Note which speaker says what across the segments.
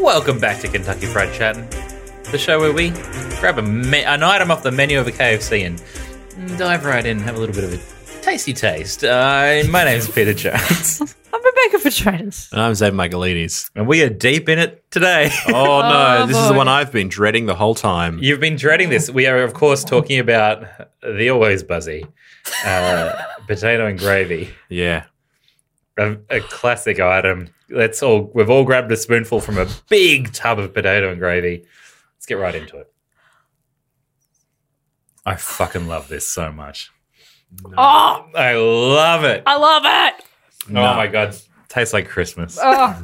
Speaker 1: Welcome back to Kentucky Fried Chatting, the show where we grab a me- an item off the menu of a KFC and dive right in and have a little bit of a tasty taste. Uh, my name's Peter Jones,
Speaker 2: I'm Rebecca Petratus.
Speaker 3: And I'm Zeb Michaelides.
Speaker 1: and we are deep in it today.
Speaker 3: Oh no,
Speaker 2: Oh,
Speaker 3: this is the
Speaker 2: boy.
Speaker 3: one I've been dreading the whole time.
Speaker 1: You've been dreading this. We are, of course, talking about the always buzzy uh, potato and gravy,
Speaker 3: Yeah.
Speaker 1: a, a classic item. Let's all we've all grabbed a spoonful from a big tub of potato and gravy. Let's get right into it. I fucking love this so much.
Speaker 2: Oh,
Speaker 1: I love it.
Speaker 2: I love it.
Speaker 3: No.
Speaker 1: Oh my god, tastes like Christmas.
Speaker 2: Oh,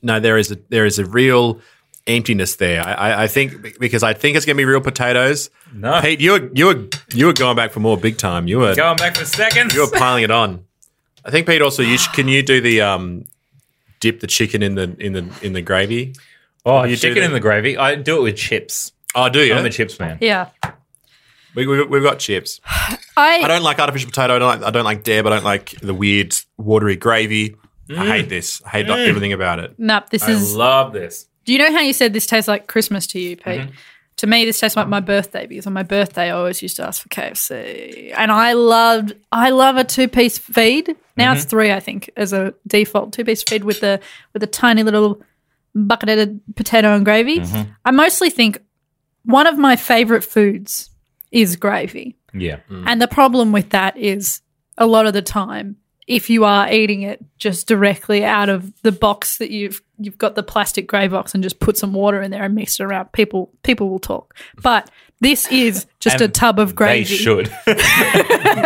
Speaker 3: No, there is a there is a real emptiness there. I, I, I think because I think it's gonna be real potatoes.
Speaker 1: No,
Speaker 3: Pete, you were you were you were going back for more big time. You were
Speaker 1: going back for seconds.
Speaker 3: you were piling it on. I think Pete also you sh- can you do the um dip the chicken in the in the in the gravy?
Speaker 1: Oh,
Speaker 3: you
Speaker 1: chicken
Speaker 3: do
Speaker 1: in
Speaker 3: that?
Speaker 1: the gravy. I do it with chips.
Speaker 3: Oh do you?
Speaker 1: I'm a chips man.
Speaker 2: yeah.
Speaker 3: we, we, we've got chips. I
Speaker 2: I
Speaker 3: don't like artificial potato. I don't like, I don't like dab. I don't like the weird watery gravy. I hate this. I hate like, everything about it.
Speaker 2: nap. This
Speaker 1: I
Speaker 2: is.
Speaker 1: love this.
Speaker 2: Do you know how you said this tastes like Christmas to you, Pete?
Speaker 1: Mm-hmm.
Speaker 2: To me, this tastes like my birthday because on my birthday I always used to ask for KFC, and I loved. I love a two-piece feed. Now
Speaker 1: Mm-hmm.
Speaker 2: it's three, I think, as a default two-piece feed with the with a tiny little bucketed potato and gravy.
Speaker 1: Mm-hmm.
Speaker 2: I mostly think one of my favorite foods is gravy.
Speaker 1: Yeah.
Speaker 2: And the problem with that is a lot of the time, if you are eating it just directly out of the box that you've you've got the plastic grey box and just put some water in there and mix it around, people people will talk. But this is just a
Speaker 1: And
Speaker 2: tub of
Speaker 1: They
Speaker 2: gravy.
Speaker 1: should.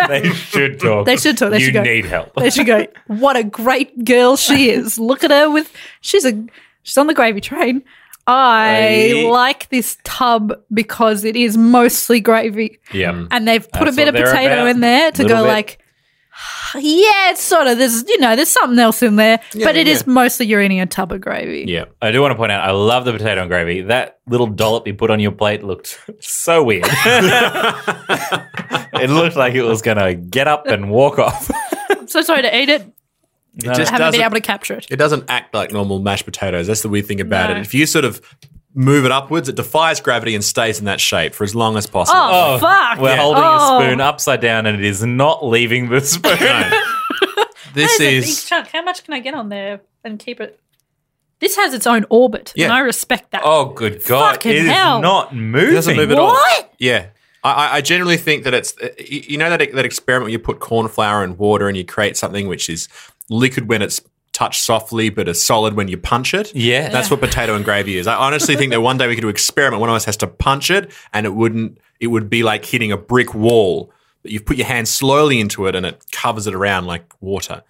Speaker 1: they should talk.
Speaker 2: They should talk. They
Speaker 1: you
Speaker 2: should go.
Speaker 1: need help.
Speaker 2: They should go. What a great girl she is! Look at her with she's a she's on the gravy train. I
Speaker 1: I-
Speaker 2: like this tub because it is mostly gravy.
Speaker 1: Yeah.
Speaker 2: and they've put
Speaker 1: That's
Speaker 2: a bit
Speaker 1: what
Speaker 2: of
Speaker 1: Uh, they're
Speaker 2: potato
Speaker 1: about.
Speaker 2: in there to
Speaker 1: Little
Speaker 2: go
Speaker 1: bit.
Speaker 2: like yeah it's sort of there's you know there's something else in there but it is mostly you're eating a tub of gravy
Speaker 3: Yeah.
Speaker 1: I do want to point out, I love the potato and gravy. That little dollop you put on your plate looked so weird. it looked like it was going to get up and walk off.
Speaker 2: i'm so sorry to eat it
Speaker 3: It just
Speaker 2: haven't
Speaker 3: doesn't,
Speaker 2: been able to capture it
Speaker 3: it doesn't act like normal mashed potatoes. That's the weird thing about
Speaker 2: No.
Speaker 3: it. If you sort of move it upwards, it defies gravity and stays in that shape for as long as possible.
Speaker 2: Oh, fuck.
Speaker 1: We're
Speaker 2: Yeah.
Speaker 1: holding
Speaker 2: Oh.
Speaker 1: a spoon upside down and it is not leaving the spoon.
Speaker 2: Oh.
Speaker 3: this is
Speaker 2: chunk how much can i get on there and keep it this has its own orbit
Speaker 3: Yeah.
Speaker 2: and i respect that
Speaker 1: Oh, good God.
Speaker 2: Fucking
Speaker 1: it is
Speaker 2: hell.
Speaker 1: not moving.
Speaker 3: doesn't move at all.
Speaker 2: what
Speaker 3: yeah. I, I- I generally think that it's uh, you you know that that experiment where you put corn flour and water and you create something which is liquid when it's touched softly but is solid when you punch it.
Speaker 1: Yeah.
Speaker 3: That's what potato and gravy is. I honestly think that one day we could do an experiment. One of us has to punch it, and it wouldn't. It would be like hitting a brick wall. But you've put your hand slowly into it, and it covers it around like water.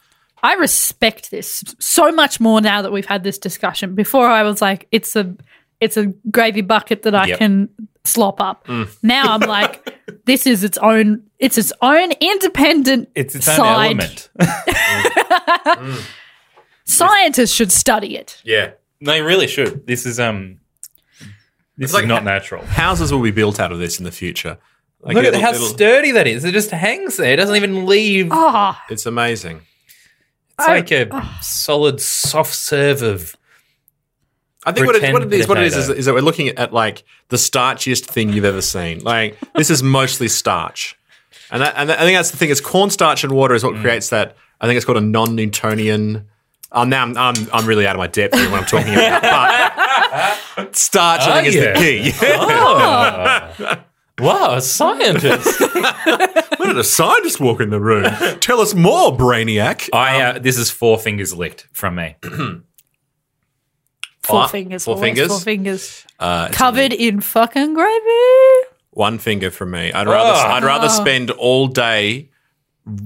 Speaker 2: i respect this so much more now that we've had this discussion before i was like it's a it's a gravy bucket that i
Speaker 1: Yep.
Speaker 2: can slop up now i'm like this is its own it's its own independent
Speaker 1: It's its own
Speaker 2: side.
Speaker 1: element.
Speaker 2: Scientists should study it.
Speaker 3: Yeah.
Speaker 1: They really should. This is um, this
Speaker 3: It's like-
Speaker 1: is not natural.
Speaker 3: Houses will be built out of this in the future. Like
Speaker 1: Look at
Speaker 3: it'll-
Speaker 1: how
Speaker 3: it'll-
Speaker 1: sturdy that is. It just hangs there. It doesn't even leave.
Speaker 2: Oh,
Speaker 3: It's amazing.
Speaker 1: It's
Speaker 2: I- ah.
Speaker 1: like a solid soft serve of.
Speaker 3: I think what it, what it
Speaker 1: Pretend
Speaker 3: is, what it is, is,
Speaker 1: potato.
Speaker 3: is that we're looking at, like the starchiest thing you've ever seen. Like this is mostly starch, and, that, and I think that's the thing. Is cornstarch and water is what creates that. I think it's called a non-Newtonian. Oh, now I'm, I'm I'm really out of my depth here when I'm talking about. But starch, I think,
Speaker 1: Are
Speaker 3: is the key. Yeah.
Speaker 1: Wow, a scientist!
Speaker 3: Where did a scientist walk in the room? Tell us more, brainiac.
Speaker 1: I uh, this is four fingers licked from me.
Speaker 2: four
Speaker 3: Ah,
Speaker 2: fingers.
Speaker 3: four
Speaker 2: always
Speaker 3: fingers?
Speaker 2: Four fingers.
Speaker 3: Uh, it's
Speaker 2: Covered in fucking gravy.
Speaker 3: One finger from me. I'd rather
Speaker 1: Oh.
Speaker 3: I'd rather spend all day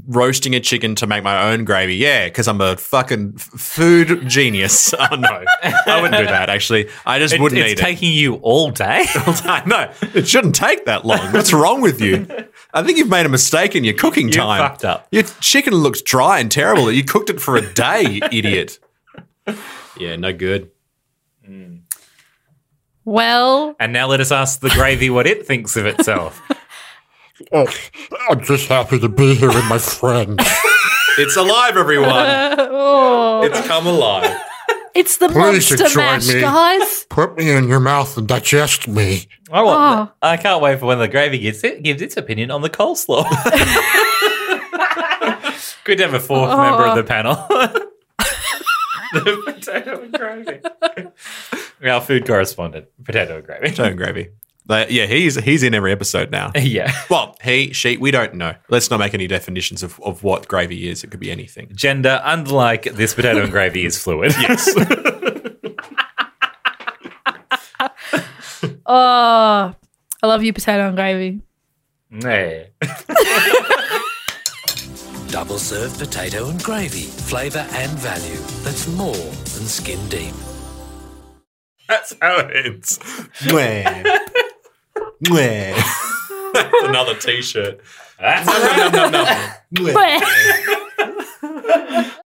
Speaker 3: roasting a chicken to make my own gravy. Yeah, because I'm a fucking f- food genius. oh no, I wouldn't do that. Actually, I just
Speaker 1: It-
Speaker 3: wouldn't
Speaker 1: it's
Speaker 3: eat
Speaker 1: taking you all day.
Speaker 3: it. no, it shouldn't take that long. What's wrong with you? I think you've made a mistake in your cooking
Speaker 1: You
Speaker 3: time.
Speaker 1: fucked up.
Speaker 3: Your chicken looks dry and terrible. You cooked it for a day, idiot. Yeah, no good.
Speaker 2: Well,
Speaker 1: and now let us ask the gravy what it thinks of itself.
Speaker 4: Oh, I'm just happy to be here with my friends.
Speaker 3: It's alive, everyone.
Speaker 2: oh,
Speaker 3: It's come alive.
Speaker 2: It's the
Speaker 4: Please
Speaker 2: monster
Speaker 4: enjoy
Speaker 2: mash,
Speaker 4: me.
Speaker 2: guys.
Speaker 4: Put me in your mouth and digest me.
Speaker 1: I want.
Speaker 2: Oh.
Speaker 1: I can't wait for when the gravy gets it gives its opinion on the coleslaw. Good to have a fourth member
Speaker 2: Oh.
Speaker 1: of the panel. the potato and gravy. Our food correspondent, potato and gravy.
Speaker 3: Don't gravy. But yeah, he's he's in every episode now.
Speaker 1: yeah,
Speaker 3: Well, he, she, we don't know. Let's not make any definitions of, of what gravy is. It could be anything.
Speaker 1: gender, unlike this potato and gravy, is fluid. Yes.
Speaker 2: Oh, I love you, potato and gravy.
Speaker 1: hey.
Speaker 5: Double serve potato and gravy. Flavour and value. That's more than skin deep.
Speaker 3: That's how it ends. Mwah. Mwah. That's another t shirt.
Speaker 1: That's-
Speaker 2: Bleh.